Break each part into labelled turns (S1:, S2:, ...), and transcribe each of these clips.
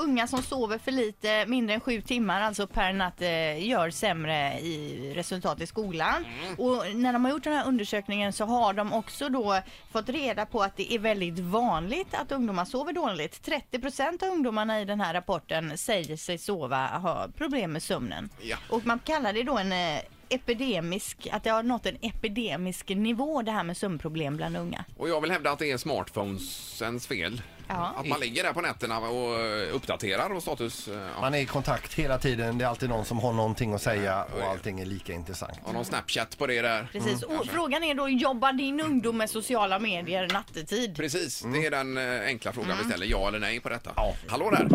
S1: unga som sover för lite, mindre än sju timmar alltså per natt, eh, gör sämre i resultat i skolan. Och när de har gjort den här undersökningen så har de också då fått reda på att det är väldigt vanligt att ungdomar sover dåligt. 30 av ungdomarna i den här rapporten säger sig sova, ha problem med sömnen.
S2: Ja.
S1: Och man kallar det då en eh, epidemisk, att det har nått en epidemisk nivå det här med sömnproblem bland unga.
S2: Och jag vill hävda att det är smartphonesens fel.
S1: Ja.
S2: Att man ligger där på nätterna och eh, uppdaterar och status... eh, Ja.
S3: Man är i kontakt hela tiden. Det är alltid någon som har någonting att säga och Mm. allting är lika intressant.
S2: Har någon Snapchat på det där?
S1: Precis. och frågan är då, jobbar din ungdom med sociala medier nattetid?
S2: Precis, det är den eh, enkla frågan
S1: Mm.
S2: vi ställer. Ja eller nej på detta. Hallå där!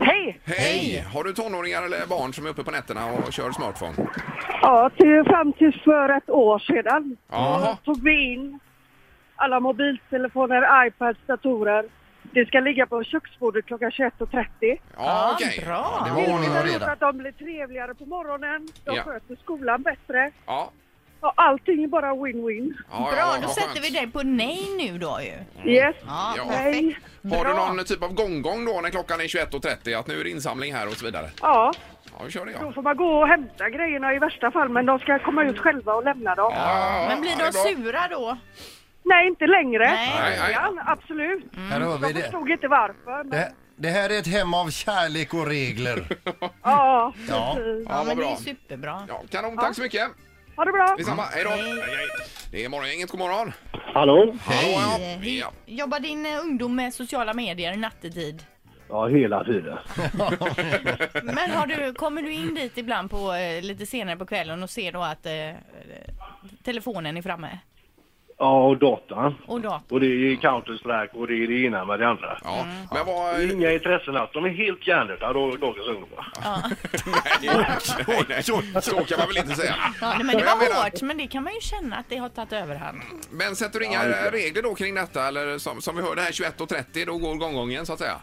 S4: Hej!
S2: Hej! Har du tonåringar eller barn som är uppe på nätterna och kör smartphone?
S4: Ja, till, fram till för ett år sedan
S2: Jaha.
S4: tog vi in alla mobiltelefoner, iPads, datorer. Det ska ligga på köksbordet klockan 21.30.
S2: Ja, okej.
S1: bra.
S3: Det
S4: Det
S3: var ordning och
S4: har gjort
S3: reda.
S4: att de blir trevligare på morgonen. De
S2: Ja.
S4: sköter skolan bättre.
S2: Ja.
S4: Ja, allting är bara win-win.
S2: Ja, ja,
S1: Bra,
S2: vad
S1: då sätter
S2: skönt.
S1: vi dig på nej nu då ju.
S4: Yes.
S1: Ja,
S2: Ja.
S1: perfekt.
S4: Nej.
S2: Har du
S1: Bra.
S2: någon typ av gånggång då när klockan är 21.30? Att nu är det insamling här och så vidare?
S4: Ja,
S2: Ja, vi kör det
S4: då
S2: ja.
S4: får man gå och hämta grejerna i värsta fall, men de ska komma ut själva och lämna dem.
S2: ja
S1: Men blir
S2: ja, det är
S1: de
S2: bra.
S1: sura då?
S4: Nej, inte längre.
S1: Nej. Mm.
S2: Nej, nej.
S4: Ja, absolut.
S3: Här har vi
S4: Jag
S3: det.
S4: förstod inte varför. Men,
S3: det. Det här är ett hem av kärlek och regler.
S4: ja,
S3: Ja.
S4: precis.
S2: Ja,
S1: Ja,
S2: vad
S1: men det är
S2: bra.
S1: superbra.
S2: Ja, kanon, tack så mycket.
S4: Ha det bra.
S2: Detsamma, hej då. Hej, hej. Det är morgongänget, god morgon.
S5: Hallå?
S2: Hallå, ja.
S1: Eh,
S2: ja.
S1: hur- Jobbar din eh, ungdom med sociala medier nattetid?
S5: Ja, hela tiden.
S1: Men har du, kommer du in dit ibland på, eh, lite senare på kvällen och ser då att eh, eh, telefonen är framme?
S5: Ja, och datorn.
S1: Och datorn?
S5: Och det är Counter-Strike och det är det ena med det andra.
S2: Ja, men
S5: Det
S2: vad...
S5: är Inga intressen alls. De är helt hjärndöda, då- dagens ungdomar.
S2: Nej, nej, så kan man väl inte säga.
S1: Ja, nej, men det
S2: Jag
S1: var
S2: menar-
S1: hårt, men det kan man ju känna att det har tagit överhand.
S2: Men sätter du inga regler då kring detta? Eller som, som vi hörde här 21.30, då går gånggången så att säga.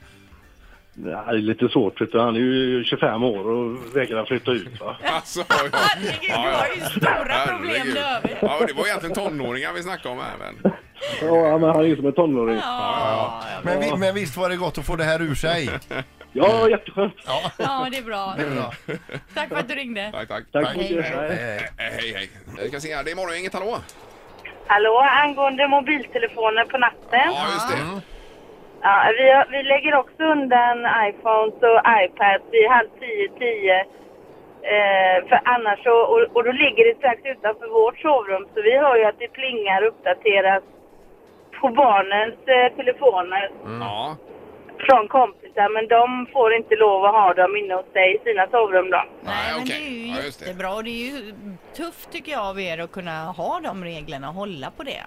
S5: Det här är lite svårt, vet du. Han är ju 25 år och vägrar flytta ut. Va?
S2: Alltså, ja.
S1: Herregud, det var ju stora problem
S2: Herregud.
S1: det över.
S2: Ja, och det var egentligen tonåringar vi snackade om här. Men...
S5: Ja, men han är ju som en tonåring.
S1: Ja,
S3: Men, vi- men visst var det gott att få det här ur sig?
S5: Ja, jätteskönt.
S1: ja, det är bra. Tack för att du ringde.
S2: Tack, tack.
S5: Tack så mycket.
S3: Eh,
S5: Hej.
S3: eh,
S2: Eh, Hej, hej. Jag ska se här, det är morgongänget, hallå?
S6: Hallå, angående mobiltelefoner på natten.
S2: Ja, just det.
S6: Ja, vi, vi lägger också undan iPhones och iPads vid halv tio, tio. Eh, för annars så, och, och då ligger det strax utanför vårt sovrum så vi hör ju att det plingar och uppdateras på barnens eh, telefoner
S2: Ja.
S6: från kompisar men de får inte lov att ha dem inne hos sig i sina sovrum då.
S1: Nej, men det
S2: okej.
S1: är ju
S2: Ja, just det.
S1: jättebra och det är ju tufft tycker jag av er att kunna ha de reglerna och hålla på det.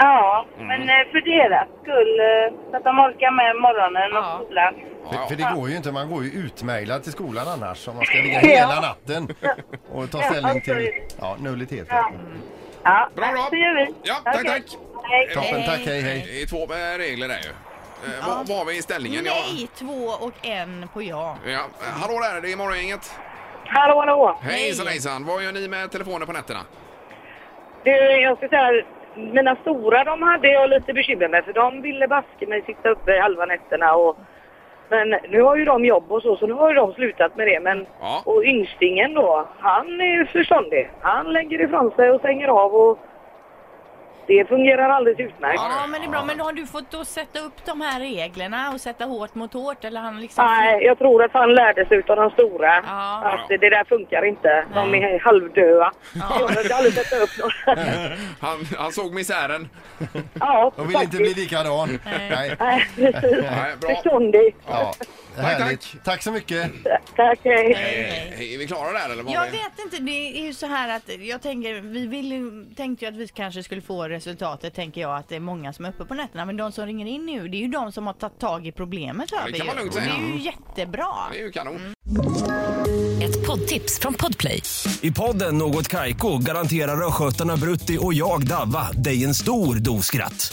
S6: Ja,
S2: Mm.
S6: men eh, för deras skull, eh, så att de orkar med morgonen och
S1: Ja.
S6: skolan.
S2: Ja,
S3: För, för
S2: ja.
S3: det går ju inte, man går ju utmejlad till skolan annars om man ska ligga hela natten och ta ställning till ja, nulliteter.
S6: Ja,
S2: Bra, bra.
S6: så gör vi.
S2: Ja, tack,
S6: Okej.
S2: tack. Eh,
S6: Hej.
S3: Toppen, tack, hej hej.
S2: Det är två eh, regler där ju. Eh,
S1: Ja.
S2: Vad vad har vi i ställningen? Ja.
S1: Nej, två och en på ja.
S2: Ja, eh, hallå där, det är morgongänget.
S6: Hallå, hallå!
S2: Hejsan hejsan, vad gör ni med telefoner på nätterna?
S6: Du, jag ska säga, mina stora de hade jag lite bekymmer med för de ville baske mig sitta uppe halva nätterna och men nu har ju de jobb och så, så nu har ju de slutat med det. Men,
S2: Ja.
S6: Och yngstingen då, han är ju förståndig. Han lägger ifrån sig och stänger av och det fungerar alldeles utmärkt.
S1: Ja, men det är bra. Men har du fått då sätta upp de här reglerna och sätta hårt mot hårt eller han liksom...
S6: Nej, jag tror att han lärde sig utav de stora
S1: Ja.
S6: att det där funkar inte. De är halvdöva. Jag har aldrig sätta upp några.
S2: Han, han såg misären.
S6: Ja,
S3: De vill inte bli
S6: faktiskt.
S3: likadan. Nej.
S6: Nej, precis.
S2: Nej, bra.
S6: Förståndig.
S3: Ja, härligt.
S2: tack.
S3: Tack så mycket.
S6: Tack, hej.
S1: Nej, nej.
S2: Eh, Är vi klara där eller? vad har
S1: Jag
S2: vi?
S1: vet inte, det är ju så här att jag tänker, vi vill, ju- tänkte ju att vi kanske skulle få resultatet, tänker jag, att det är många som är uppe på nätterna. Men de som ringer in nu, det är ju de som har tagit tag i problemet. hör
S2: det
S1: vi
S2: kan
S1: ju.
S2: man lugnt
S1: Och
S2: säga.
S1: Det är ju jättebra.
S2: Det är ju kanon.
S7: Ett poddtips från Podplay.
S8: I podden Något Kaiko garanterar östgötarna Brutti och jag, Davva, dig en stor dos skratt.